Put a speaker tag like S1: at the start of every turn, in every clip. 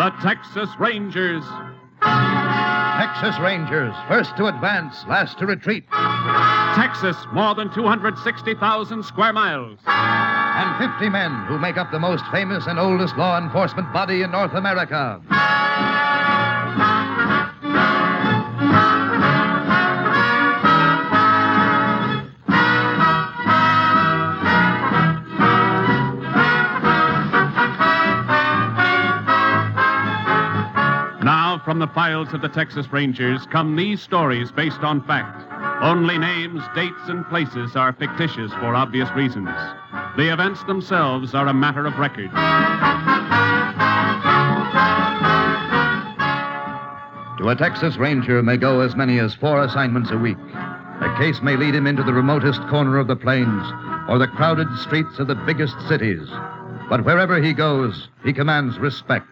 S1: The Texas Rangers.
S2: Texas Rangers, first to advance, last to retreat,
S1: Texas, more than 260,000 square miles.
S2: and 50 men who make up the most famous and oldest law enforcement body in North America.
S1: Now, from the files of the Texas Rangers come these stories based on fact. Only names, dates, and places are fictitious for obvious reasons. The events themselves are a matter of record.
S2: To a Texas Ranger may go as many as four assignments a week. A case may lead him into the remotest corner of the plains or the crowded streets of the biggest cities. But wherever he goes, he commands respect.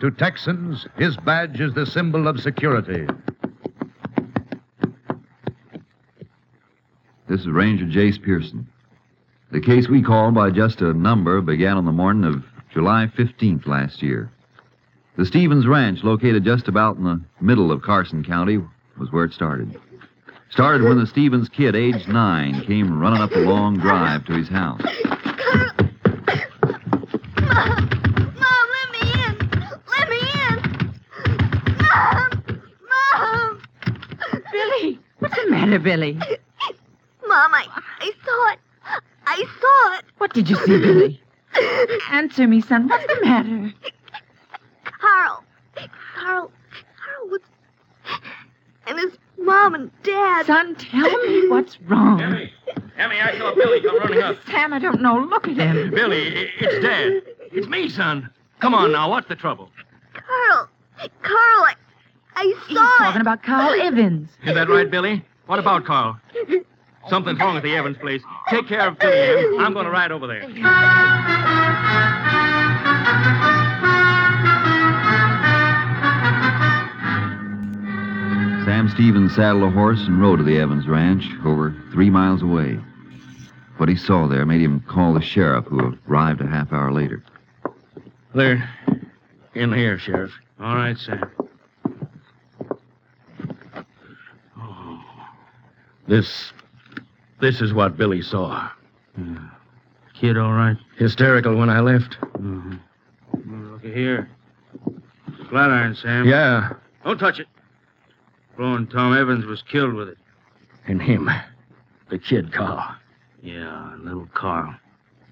S2: To Texans, his badge is the symbol of security.
S3: This is Ranger Jace Pearson. The case we called by just a number began on the morning of July 15th last year. The Stevens Ranch, located just about in the middle of Carson County, was where it started. Started when the Stevens kid, aged nine, came running up a long drive to his house.
S4: Mom, let me in. Let me in. Mom. Mom.
S5: Billy, what's the matter, Billy?
S4: Mom, I, I saw it. I saw it.
S5: What did you see, Billy? Answer me, son. What's the matter?
S4: Carl. Carl. Carl was. And his mom and dad.
S5: Son, tell me what's wrong.
S1: Emmy, I saw Billy come running up.
S5: Sam, I don't know. Look at him.
S1: Billy, it's Dad. It's me, son. Come on now, what's the trouble?
S4: Carl. Carl, I, I
S5: He's
S4: saw
S5: talking
S4: it.
S5: about Carl Evans.
S1: Is that right, Billy? What about Carl? Something's wrong at the Evans place. Take care of Billy. Em. I'm going to ride over there.
S3: Sam Stevens saddled a horse and rode to the Evans Ranch, over three miles away. What he saw there made him call the sheriff, who arrived a half hour later.
S1: They're in here, Sheriff. All right, Sam. Oh. This. This is what Billy saw. Hmm. Kid, all right?
S6: Hysterical when I left.
S1: Mm-hmm. Look here. Flat iron, Sam.
S6: Yeah,
S1: Don't touch it. Blowing Tom Evans was killed with it.
S6: and him. The kid, Carl.
S1: Yeah, little Carl.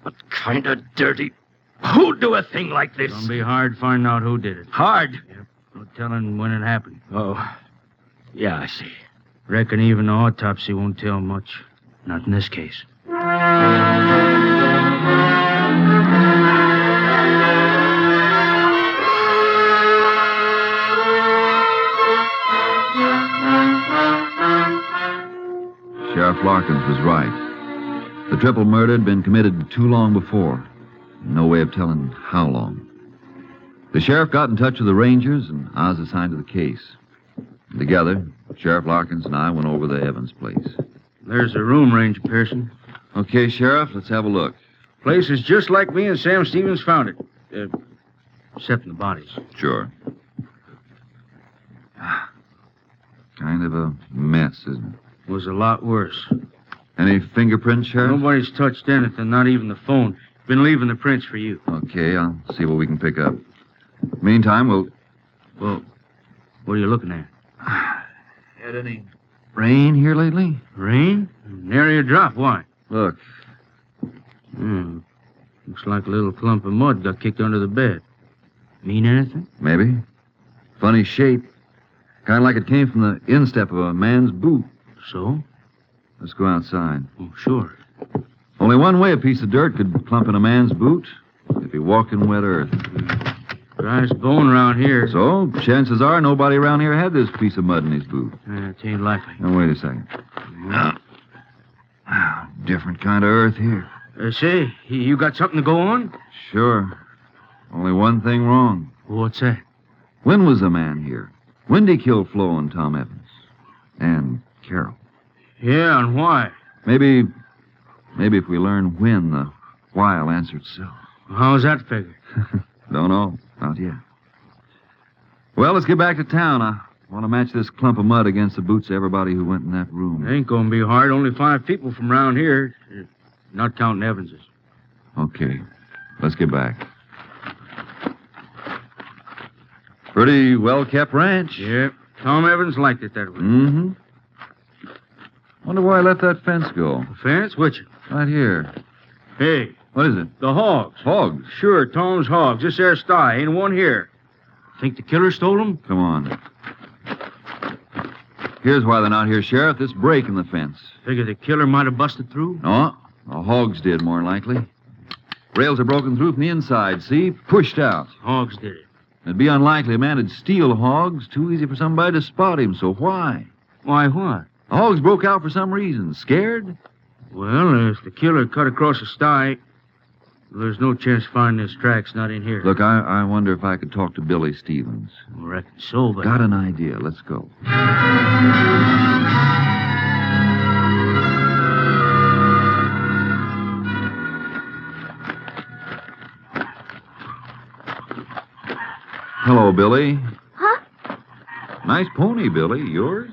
S6: What kind of dirty. Who'd do a thing like this?
S1: Gonna be hard finding out who did it.
S6: Hard.
S1: No telling when it happened.
S6: Oh. Yeah, I see.
S1: Reckon even the autopsy won't tell much. Not in this case.
S3: Sheriff Larkins was right. The triple murder had been committed too long before. No way of telling how long. The sheriff got in touch with the Rangers, and I was assigned to the case. Together, Sheriff Larkins and I went over to Evans' place.
S1: There's the room, Ranger Pearson.
S3: Okay, Sheriff, let's have a look.
S1: Place is just like me and Sam Stevens found it. Uh, except in the bodies.
S3: Sure. Kind of a mess, isn't it?
S1: Was a lot worse.
S3: Any fingerprints, Sheriff?
S1: Nobody's touched anything, not even the phone. Been leaving the prints for you.
S3: Okay, I'll see what we can pick up. Meantime, we'll.
S1: Well, what are you looking at?
S3: Had any rain here lately?
S1: Rain? Nary a drop. Why?
S3: Look,
S1: Hmm. Looks like a little clump of mud got kicked under the bed. Mean anything?
S3: Maybe. Funny shape. Kind of like it came from the instep of a man's boot.
S1: So?
S3: Let's go outside.
S1: Oh, sure.
S3: Only one way a piece of dirt could clump in a man's boot if he walked in wet earth.
S7: Driest bone around here.
S3: So, chances are nobody around here had this piece of mud in his boot.
S7: Yeah, it ain't likely.
S3: Now, wait a second.
S1: Uh,
S3: No. Wow, different kind of earth here.
S7: Uh, say, y- you got something to go on?
S3: Sure. Only one thing wrong.
S7: What's that?
S3: When was the man here? When did he kill Flo and Tom Evans? And Carol.
S7: Yeah, and why?
S3: Maybe. Maybe if we learn when, the why will answer itself.
S7: How's that figure?
S3: Don't know. Not yet. Well, let's get back to town. I want to match this clump of mud against the boots of everybody who went in that room.
S7: It ain't gonna be hard. Only five people from around here. Uh, Not counting Evans's.
S3: Okay. Let's get back. Pretty well kept ranch.
S7: Yep. Tom Evans liked it that way.
S3: Mm hmm. Wonder why I let that fence go.
S7: Fence? Which?
S3: Right here.
S7: Hey,
S3: What is it?
S7: the hogs.
S3: Hogs.
S7: Sure, Tom's hogs. This there sty. Ain't one here. Think the killer stole 'em?
S3: Come on. Here's why they're not here, Sheriff. This break in the fence.
S7: Figure the killer might have busted through?
S3: No, the hogs did, more likely. Rails are broken through from the inside, see? Pushed out.
S7: Hogs did it.
S3: It'd be unlikely a man would steal hogs. Too easy for somebody to spot him, so why?
S7: Why, what?
S3: The hogs broke out for some reason. Scared?
S7: Well, if the killer cut across the sty, there's no chance of finding his tracks not in here.
S3: Look, I, I wonder if I could talk to Billy Stevens.
S7: I reckon so, but.
S3: Got an idea. Let's go. Hello, Billy.
S4: Huh?
S3: Nice pony, Billy. Yours?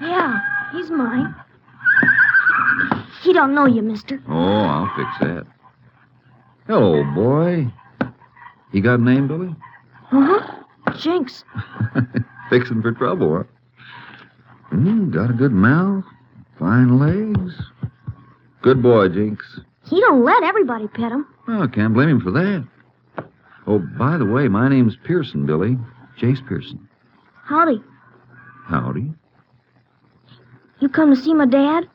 S4: Yeah, he's mine. He don't know you, mister.
S3: Oh, I'll fix that. Hello, boy. You got a name, Billy?
S4: Uh-huh. Jinx.
S3: Fixing for trouble, huh? Mm, got a good mouth, fine legs. Good boy, Jinx.
S4: He don't let everybody pet him.
S3: Oh, can't blame him for that. Oh, by the way, my name's Pearson, Billy. Chase Pearson.
S4: Howdy.
S3: Howdy.
S4: You come to see my dad?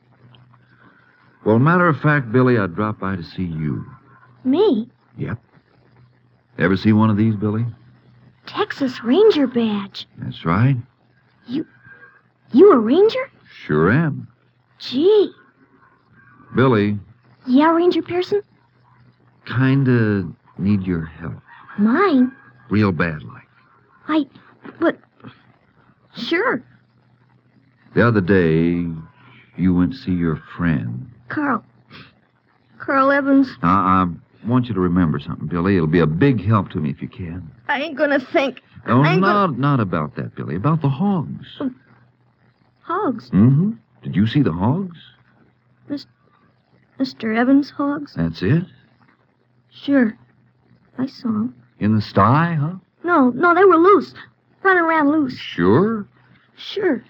S3: Well, matter of fact, Billy, I dropped by to see you.
S4: Me?
S3: Ever see one of these, Billy?
S4: Texas Ranger badge.
S3: That's right.
S4: You a ranger?
S3: Sure am.
S4: Gee.
S3: Billy,
S4: Yeah, Ranger Pearson?
S3: kinda need your help.
S4: Mine?
S3: Real bad like.
S4: I... But... Sure.
S3: The other day, you went to see your friend.
S4: Carl. Carl Evans.
S3: Now, I want you to remember something, Billy. It'll be a big help to me if you can.
S4: I ain't gonna think.
S3: Oh,
S4: I'm
S3: not, not about that, Billy. About the hogs.
S4: Hogs.
S3: Mm-hmm. Did you see the hogs?
S4: Mr. Evans hogs?
S3: That's it?
S4: Sure. I saw him.
S3: In the sty, huh?
S4: No, no, they were loose. Running around loose.
S3: Sure.
S4: Sure.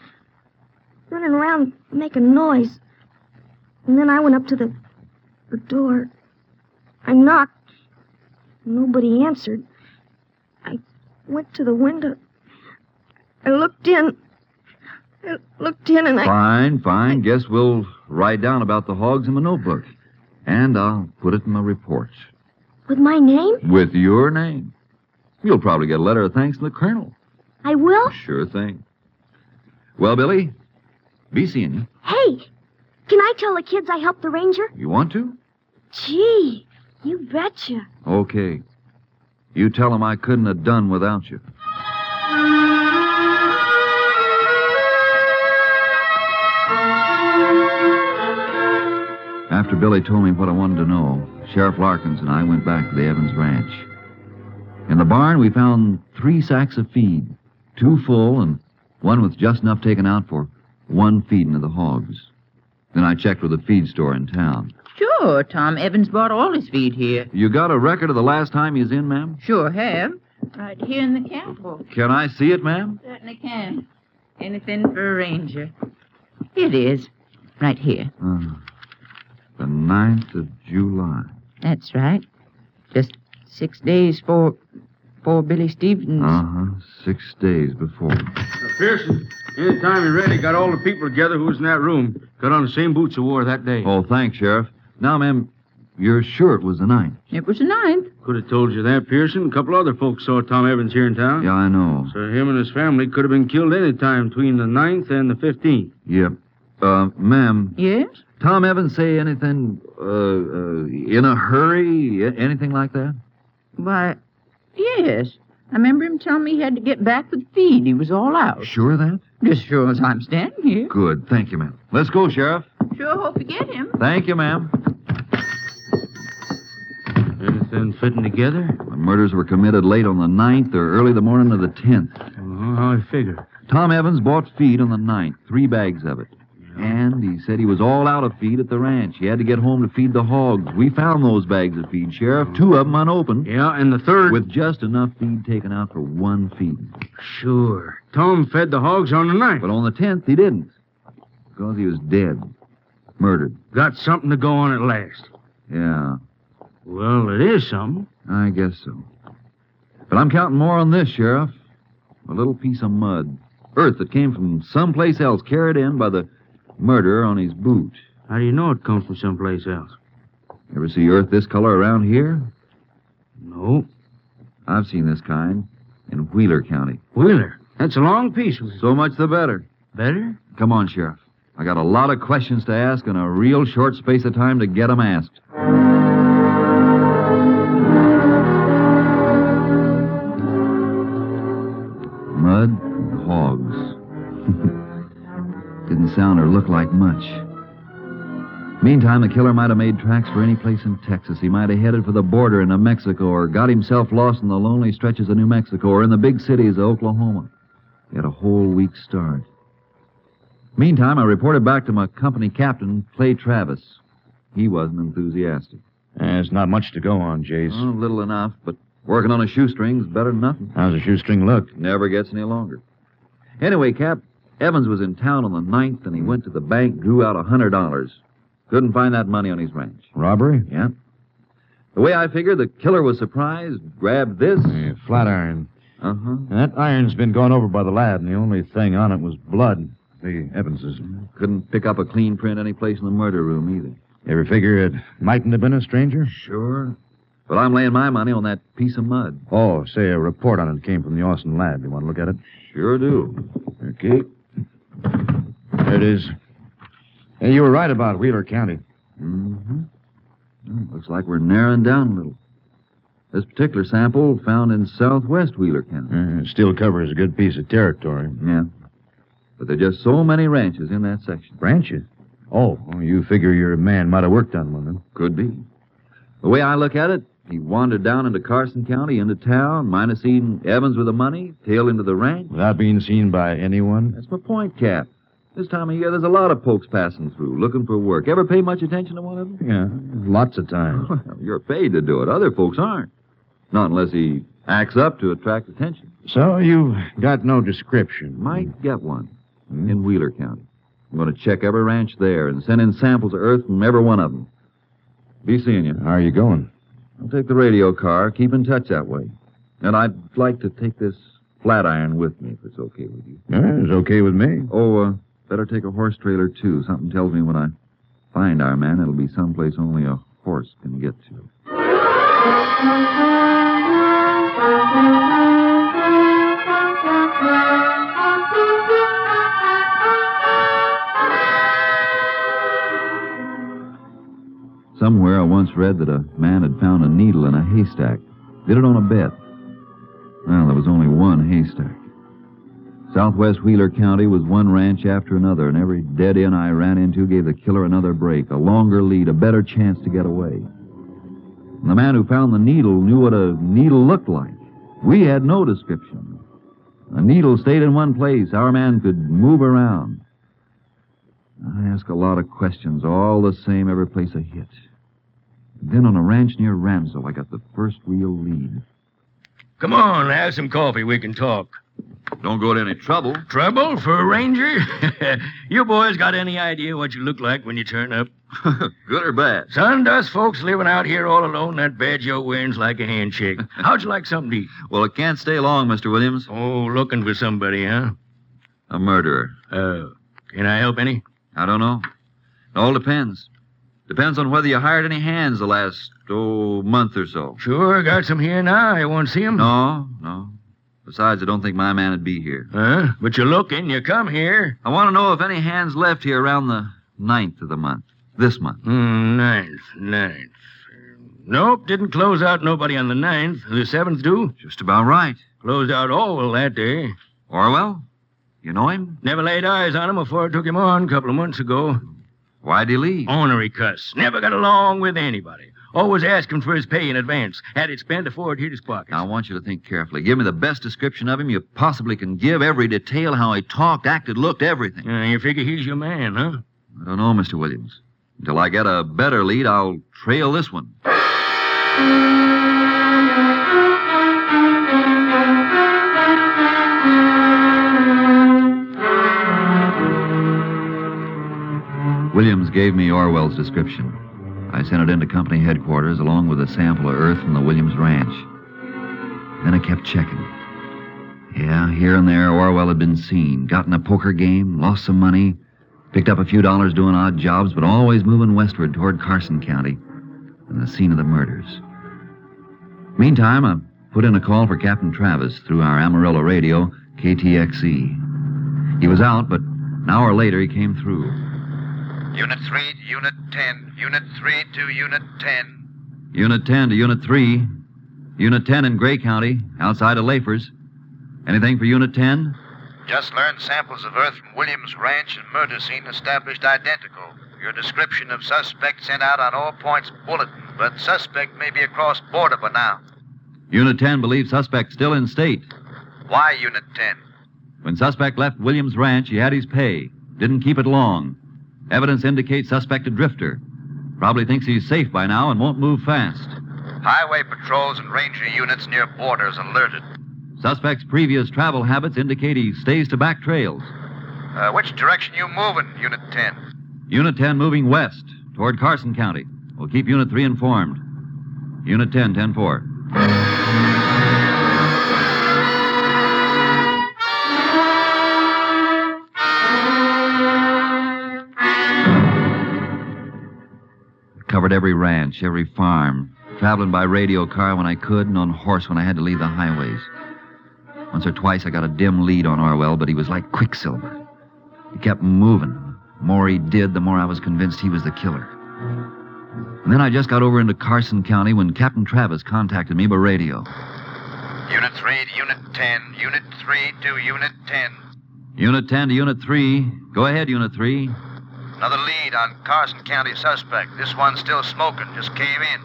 S4: Running around making noise. And then I went up to the, the door. I knocked. Nobody answered. I went to the window. I looked in. I looked in and I.
S3: Fine, fine. Guess we'll write down about the hogs in my notebook. And I'll put it in my report.
S4: With my name?
S3: With your name. You'll probably get a letter of thanks from the colonel.
S4: I will?
S3: Sure thing. Well, Billy, be seeing you.
S4: Hey! Can I tell the kids I helped the ranger?
S3: You want to?
S4: Gee, you betcha.
S3: Okay. You tell 'em I couldn't have done without you. After Billy told me what I wanted to know, Sheriff Larkins and I went back to the Evans ranch. In the barn, we found three sacks of feed, two full and one with just enough taken out for one feeding of the hogs. Then I checked with a feed store in town.
S8: Sure, Tom Evans bought all his feed here.
S3: You got a record of the last time he was in, ma'am?
S8: Sure have. Right here in the cattle.
S3: Can I see it, ma'am?
S8: Certainly can. Anything for a ranger. It is. Right here.
S3: Uh, the ninth of July.
S8: That's right. Just six days for for Billy Stevens.
S3: Uh huh. Six days before.
S7: Uh, Pearson, anytime you're ready, got all the people together who was in that room. Got on the same boots you wore that day.
S3: Oh, thanks, Sheriff. Now, ma'am, you're sure it was the ninth.
S8: It was the ninth.
S7: Could have told you that, Pearson. A couple other folks saw Tom Evans here in town.
S3: Yeah, I know.
S7: So him and his family could have been killed any time between the 9th and the 15th.
S3: Yep. Uh, ma'am,
S8: Yes?
S3: Tom Evans say anything, uh, uh, in a hurry, a- anything like that?
S8: Why, yes. I remember him telling me he had to get back with feed. He was all out.
S3: Sure of that?
S8: Just sure as I'm standing here.
S3: Good. Thank you, ma'am. Let's go, Sheriff.
S8: Sure hope you get him.
S3: Thank you, ma'am.
S7: Anything fitting together?
S3: The murders were committed late on the 9th or early the morning of the 10th.
S7: Well, Uh-huh, how I figure.
S3: Tom Evans bought feed on the 9th, three bags of it. And he said he was all out of feed at the ranch. He had to get home to feed the hogs. We found those bags of feed, Sheriff. Two of them unopened.
S7: Yeah, and the third.
S3: With just enough feed taken out for one feeding.
S7: Sure. Tom fed the hogs on the night.
S3: But on the 10th, he didn't. Because he was dead. Murdered.
S7: Got something to go on at last.
S3: Yeah,
S7: Well, it is something.
S3: I guess so. But I'm counting more on this, Sheriff. A little piece of mud. Earth that came from someplace else, carried in by the murderer on his boot.
S7: How do you know it comes from someplace else?
S3: Ever see earth this color around here?
S7: No.
S3: I've seen this kind in Wheeler County.
S7: Wheeler. That's a long piece. Was
S3: So much the better.
S7: better?
S3: Come on, Sheriff. I got a lot of questions to ask in a real short space of time to get 'em asked. Mud and hogs. Didn't sound or look like much. Meantime, the killer might have made tracks for any place in Texas. He might have headed for the border into Mexico or got himself lost in the lonely stretches of New Mexico or in the big cities of Oklahoma. He had a whole week's start. Meantime, I reported back to my company captain, Clay Travis. He wasn't enthusiastic.
S9: There's Eh, not much to go on, Jase.
S7: Uh-huh.
S3: Oh, little enough, but working on a shoestring's better than nothing.
S9: How's the shoestring look?
S3: Never gets any longer. Anyway, Cap, Evans was in town on the ninth, and he went to the bank, drew out a $100. Couldn't find that money on his ranch.
S9: Robbery?
S3: Yeah. The way I figure, the killer was surprised, grabbed this.
S9: Yeah, Eh, flat iron.
S3: Uh huh.
S9: And that iron's been gone over by the lad, and the only thing on it was blood. The Evanses.
S3: Couldn't pick up a clean print any place in the murder room either.
S9: Ever figure it mightn't have been a stranger?
S3: Sure. But I'm laying my money on that piece of mud.
S9: Oh, say, a report on it came from the Austin lab. You want to look at it?
S3: Sure do.
S9: Okay. There it is. Hey, you were right about Wheeler County.
S3: Mm-hmm. Looks like we're narrowing down a little. This particular sample found in southwest Wheeler County.
S9: Uh, it still covers a good piece of territory.
S3: Yeah. But there are just so many ranches in that section.
S9: Branches? Oh, well, you figure your man might have worked on one of them.
S3: Could be. The way I look at it, he wandered down into Carson County, into town, might have seen Evans with the money, tail into the ranch.
S9: Without being seen by anyone?
S3: That's my point, Cap. This time of year, there's a lot of folks passing through, looking for work. Ever pay much attention to one of them?
S9: Yeah, lots of times.
S3: Well, you're paid to do it. Other folks aren't. Not unless he acts up to attract attention.
S9: So you've got no description.
S3: Might get one in Wheeler County. I'm going to check every ranch there and send in samples of earth from every one of them. Be seeing you.
S9: How are you going?
S3: I'll take the radio car. Keep in touch that way. And I'd like to take this flat iron with me if it's okay with you.
S9: Yeah, Uh, it's okay with me.
S3: Oh, uh, better take a horse trailer, too. Something tells me when I find our man, it'll be someplace only a horse can get to. Somewhere I once read that a man had found a needle in a haystack. Did it on a bed. Well, there was only one haystack. Southwest Wheeler County was one ranch after another, and every dead end I ran into gave the killer another break, a longer lead, a better chance to get away. And the man who found the needle knew what a needle looked like. We had no description. A needle stayed in one place. Our man could move around. I asked a lot of questions, all the same, every place I hit. Then on a ranch near Ramsell, I got the first real lead.
S6: Come on, have some coffee. We can talk.
S3: Don't go to any trouble.
S6: Trouble for a ranger? you boys got any idea what you look like when you turn up?
S3: Good or bad?
S6: Son, us folks living out here all alone, that badge you're wearing's like a handshake. How'd you like something to eat?
S3: Well, it can't stay long, Mr. Williams.
S6: Oh, looking for somebody, huh?
S3: A murderer.
S6: Uh, can I help any?
S3: I don't know. It all depends. Depends on whether you hired any hands the last, oh, month or so.
S10: Sure, got some here now. You want to see 'em?
S3: No, no. Besides, I don't think my man'd be here.
S10: Huh? But you're looking. You come here.
S3: I want to know if any hands left here around the ninth of the month. This month.
S10: Mm, ninth, ninth. Nope, didn't close out nobody on the ninth. The seventh do?
S3: Just about right.
S10: Closed out Orwell that day.
S3: Orwell? You know him?
S10: Never laid eyes on him before I took him on a couple of months ago.
S3: Why'd he leave?
S10: Ornery cuss. Never got along with anybody. Always asking for his pay in advance. Had it spent afore it hit his pocket.
S3: Now, I want you to think carefully. Give me the best description of him you possibly can give. Every detail, how he talked, acted, looked, everything.
S10: Uh, you figure he's your man, huh?
S3: I don't know, Mr. Williams. Until I get a better lead, I'll trail this one. Williams gave me Orwell's description. I sent it into company headquarters along with a sample of earth from the Williams ranch. Then I kept checking. Yeah, here and there, Orwell had been seen, got in a poker game, lost some money, picked up a few dollars doing odd jobs, but always moving westward toward Carson County and the scene of the murders. Meantime, I put in a call for Captain Travis through our Amarillo radio, KTXE. E. He was out, but an hour later he came through.
S1: Unit 3 to Unit 10. Unit 3 to Unit 10.
S3: Unit 10 to Unit 3. Unit 10 in Gray County, outside of Lafers. Anything for Unit 10?
S1: Just learned samples of earth from Williams Ranch and murder scene established identical. Your description of suspect sent out on all points bulletin, but suspect may be across border by now.
S3: Unit 10 believes suspect still in state.
S1: Why Unit 10?
S3: When suspect left Williams Ranch, he had his pay. Didn't keep it long. Evidence indicates suspect a drifter. Probably thinks he's safe by now and won't move fast.
S1: Highway patrols and ranger units near borders alerted.
S3: Suspect's previous travel habits indicate he stays to back trails.
S1: Uh, which direction you moving, Unit 10?
S3: Unit 10 moving west toward Carson County. We'll keep Unit 3 informed. Unit 10, 10 4. Covered every ranch, every farm, traveling by radio car when I could and on horse when I had to leave the highways. Once or twice I got a dim lead on Orwell, but he was like quicksilver. He kept moving. The more he did, the more I was convinced he was the killer. And then I just got over into Carson County when Captain Travis contacted me by radio.
S1: Unit 3 to Unit 10. Unit 3 to Unit 10.
S3: Unit 10 to Unit 3. Go ahead, Unit 3.
S1: Another lead on Carson County suspect. This one's still smoking, just came in.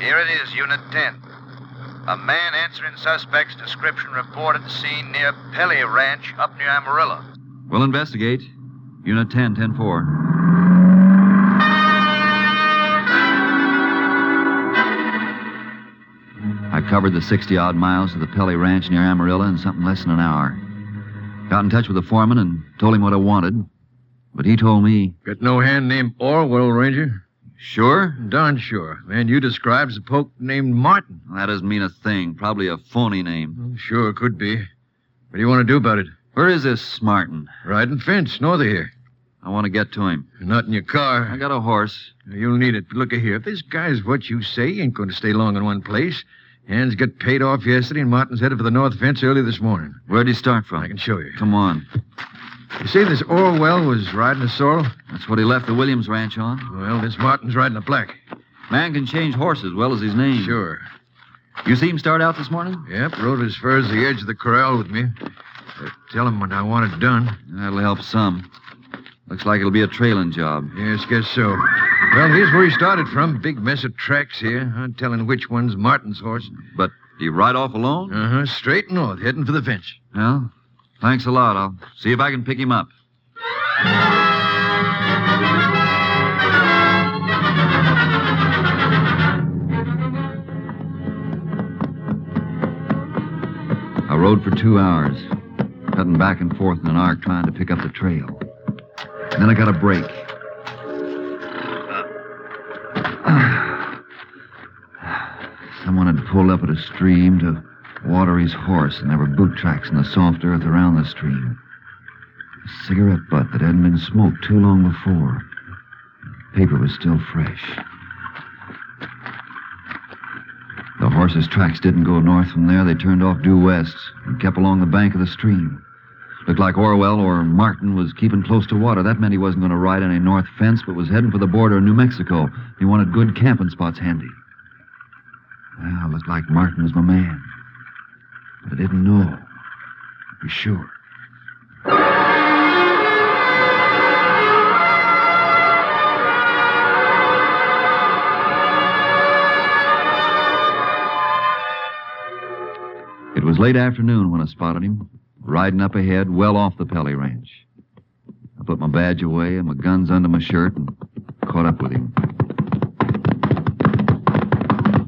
S1: Here it is, Unit 10. A man answering suspect's description reported seen near Pele Ranch up near Amarillo.
S3: We'll investigate. Unit 10, 10 4. I covered the 60 odd miles to the Pelly Ranch near Amarillo in something less than an hour. Got in touch with the foreman and told him what I wanted, but he told me.
S7: Got no hand named Orwell, Ranger?
S3: Sure?
S7: Darn sure. Man you described's a poke named Martin.
S3: That doesn't mean a thing. Probably a phony name.
S7: Sure, could be. What do you want to do about it?
S3: Where is this Martin?
S7: Riding fence, north of here.
S3: I want to get to him.
S7: Not in your car.
S3: I got a horse.
S7: You'll need it. But Look here. If this guy's what you say, he ain't going to stay long in one place. Hands got paid off yesterday, and Martin's headed for the north fence early this morning.
S3: Where'd he start from?
S7: I can show you.
S3: Come on.
S7: You see, this Orwell was riding a sorrel.
S3: That's what he left the Williams ranch on.
S7: Well, this Martin's riding a black.
S3: Man can change horse as well as his name.
S7: Sure.
S3: You see him start out this morning?
S7: Yep, rode as far as the edge of the corral with me. Uh, tell him what I want it done.
S3: That'll help some. Looks like it'll be a trailing job.
S7: Yes, guess so. Well, here's where he started from. Big mess of tracks here. Not telling which one's Martin's horse.
S3: But you ride off alone?
S7: Uh huh. Straight north, heading for the fence.
S3: Well, thanks a lot. I'll see if I can pick him up. I rode for two hours, cutting back and forth in an arc trying to pick up the trail. And then I got a break. Someone had pulled up at a stream to water his horse, and there were boot tracks in the soft earth around the stream. A cigarette butt that hadn't been smoked too long before. Paper was still fresh. The horses' tracks didn't go north from there. They turned off due west and kept along the bank of the stream. Looked like Orwell or Martin was keeping close to water. That meant he wasn't going to ride any north fence, but was heading for the border of New Mexico. He wanted good camping spots handy. Well, looked like Martin was my man. But I didn't know. For sure. It was late afternoon when I spotted him, riding up ahead, well off the Pelly Ranch. I put my badge away and my guns under my shirt and caught up with him.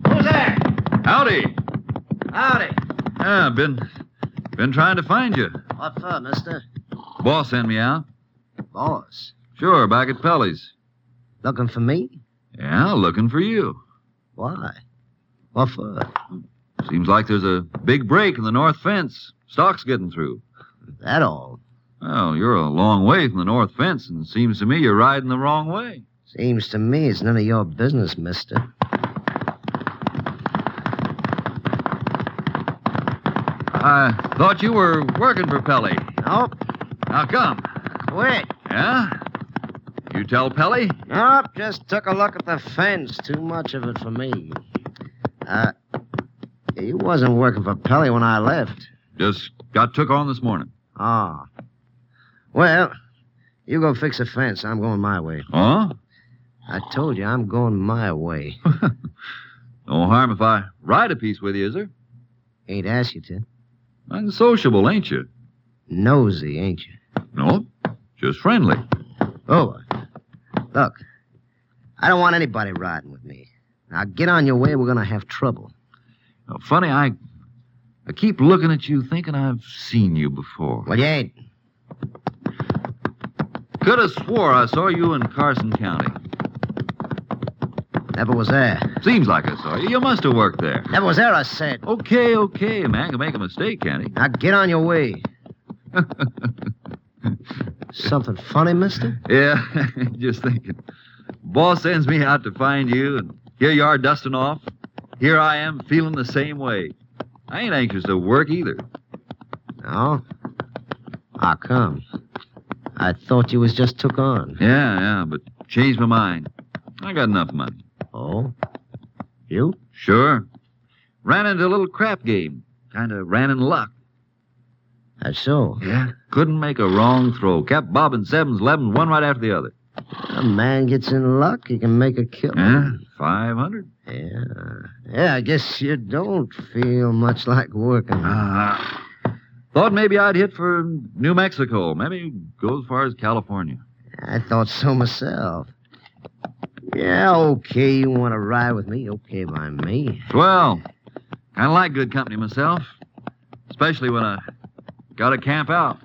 S7: Who's there?
S3: Howdy!
S7: Howdy.
S3: Yeah, I've been been trying to find you.
S7: What for, mister?
S3: Boss sent me out.
S7: Boss.
S3: Sure, back at Pelly's.
S7: Looking for me?
S3: Yeah, looking for you.
S7: Why? What for?
S3: Seems like there's a big break in the north fence. Stock's getting through.
S7: That all?
S3: Well, you're a long way from the north fence, and it seems to me you're riding the wrong way.
S7: Seems to me it's none of your business, mister.
S3: I thought you were working for Pelly.
S7: Nope.
S3: How come?
S7: Quit.
S3: Yeah? You tell Pelly?
S7: Nope, just took a look at the fence. Too much of it for me. Uh, he wasn't working for Pelly when I left.
S3: Just got took on this morning.
S7: Ah. Well, you go fix the fence. I'm going my way.
S3: Huh?
S7: I told you I'm going my way.
S3: No harm if I ride a piece with you, is there?
S7: Ain't asked you to.
S3: I'm sociable, ain't you?
S7: Nosy, ain't you?
S3: No, just friendly.
S7: Oh, look. I don't want anybody riding with me. Now get on your way. We're gonna have trouble.
S3: Now, funny, I I keep looking at you thinking I've seen you before.
S7: Well, you ain't.
S3: Could have swore I saw you in Carson County.
S7: Never was there.
S3: Seems like I saw you. You must have worked there.
S7: Never was there. I said.
S3: Okay, okay. A man can make a mistake, can't he?
S7: Now get on your way. Something funny, Mister?
S3: Yeah, just thinking. Boss sends me out to find you, and here you are dusting off. Here I am feeling the same way. I ain't anxious to work either.
S7: No. How come? I thought you was just took on.
S3: Yeah, yeah, but changed my mind. I got enough money.
S7: Oh? You?
S3: Sure. Ran into a little crap game. Kind of ran in luck.
S7: That's so.
S3: Yeah. Couldn't make a wrong throw. Kept bobbing sevens, elevens, one right after the other.
S7: A man gets in luck, he can make a kill.
S3: Yeah, 500.
S7: Yeah. Yeah, I guess you don't feel much like working.
S3: Uh, thought maybe I'd hit for New Mexico. Maybe go as far as California.
S7: I thought so myself. Yeah, okay, you want to ride with me? Okay by me.
S3: Swell. Kind of like good company myself. Especially when I got to camp out.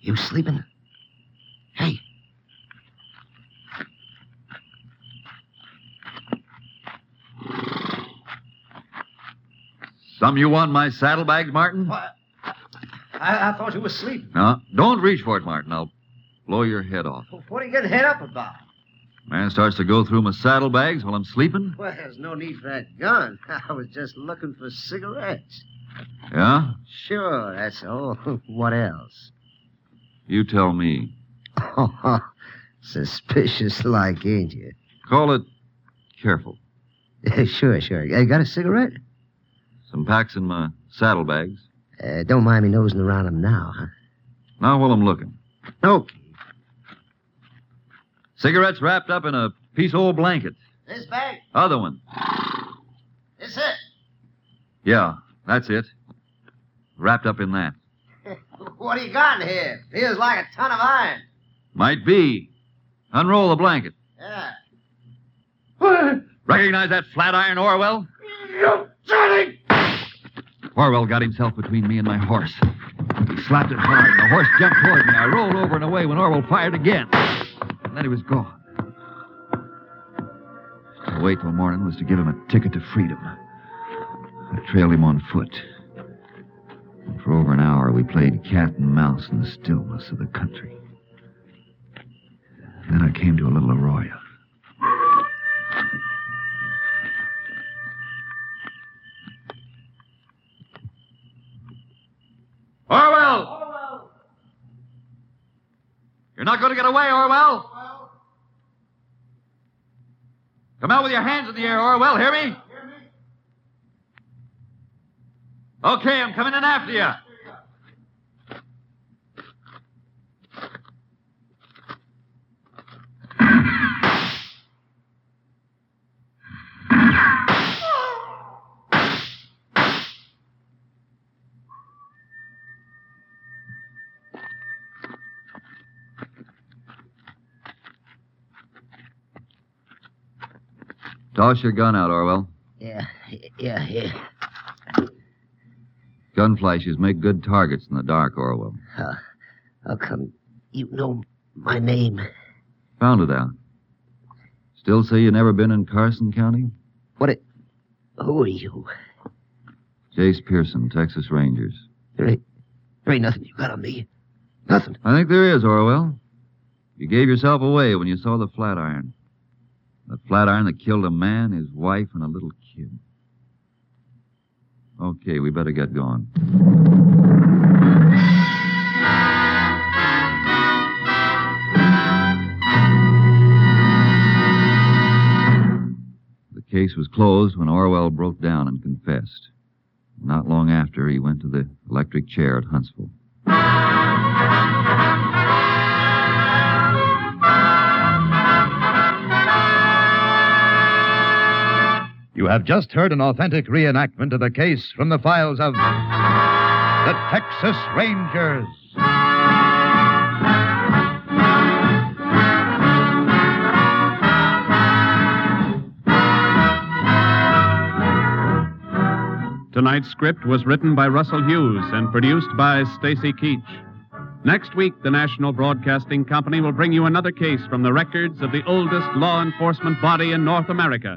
S7: You sleeping? Hey.
S3: Some you want my saddlebag, Martin?
S7: What? I, I thought you were asleep.
S3: No, don't reach for it, Martin. I'll blow your head off.
S7: What are you getting head up about?
S3: Man starts to go through my saddlebags while I'm sleeping.
S7: Well, there's no need for that gun. I was just looking for cigarettes.
S3: Yeah?
S7: Sure, that's all. what else?
S3: You tell me.
S7: Suspicious like, ain't you?
S3: Call it careful.
S7: sure, sure. You got a cigarette?
S3: Some packs in my saddlebags.
S7: Uh, don't mind me nosing around 'em now, huh?
S3: Now while I'm looking.
S7: Okay.
S3: Cigarettes wrapped up in a piece of old blanket.
S7: This bag?
S3: Other one.
S7: This it?
S3: Yeah, that's it. Wrapped up in that.
S7: What do you got in here? Feels like a ton of iron.
S3: Might be. Unroll the blanket.
S7: Yeah.
S3: Recognize that flat iron Orwell?
S7: You dirty! Orwell got himself between me and my horse. He slapped it hard, and the horse jumped toward me. I rolled over and away when Orwell fired again. And then he was gone. To wait till morning was to give him a ticket to freedom. I trailed him on foot. For over an hour, we played cat and mouse in the stillness of the country. Then I came to a little arroyo.
S11: Orwell!
S7: You're not going to get away, Orwell! Come out with your hands in the air, Orwell. Hear me? Okay, I'm coming in after you. Toss your gun out, Orwell.
S12: Yeah, yeah, yeah.
S7: Gun flashes make good targets in the dark, Orwell.
S12: Huh. How come you know my name?
S7: Found it out. Still say you never been in Carson County?
S12: What it? Who are you?
S7: Jace Pearson, Texas Rangers.
S12: There ain't nothing you got on me.
S7: I think there is, Orwell. You gave yourself away when you saw the flatiron. The flatiron that killed a man, his wife, and a little kid. Okay, we better get going. The case was closed when Orwell broke down and confessed. Not long after, he went to the electric chair at Huntsville.
S13: You have just heard an authentic reenactment of the case from the files of the Texas Rangers.
S1: Tonight's script was written by Russell Hughes and produced by Stacy Keach. Next week, the National Broadcasting Company will bring you another case from the records of the oldest law enforcement body in North America,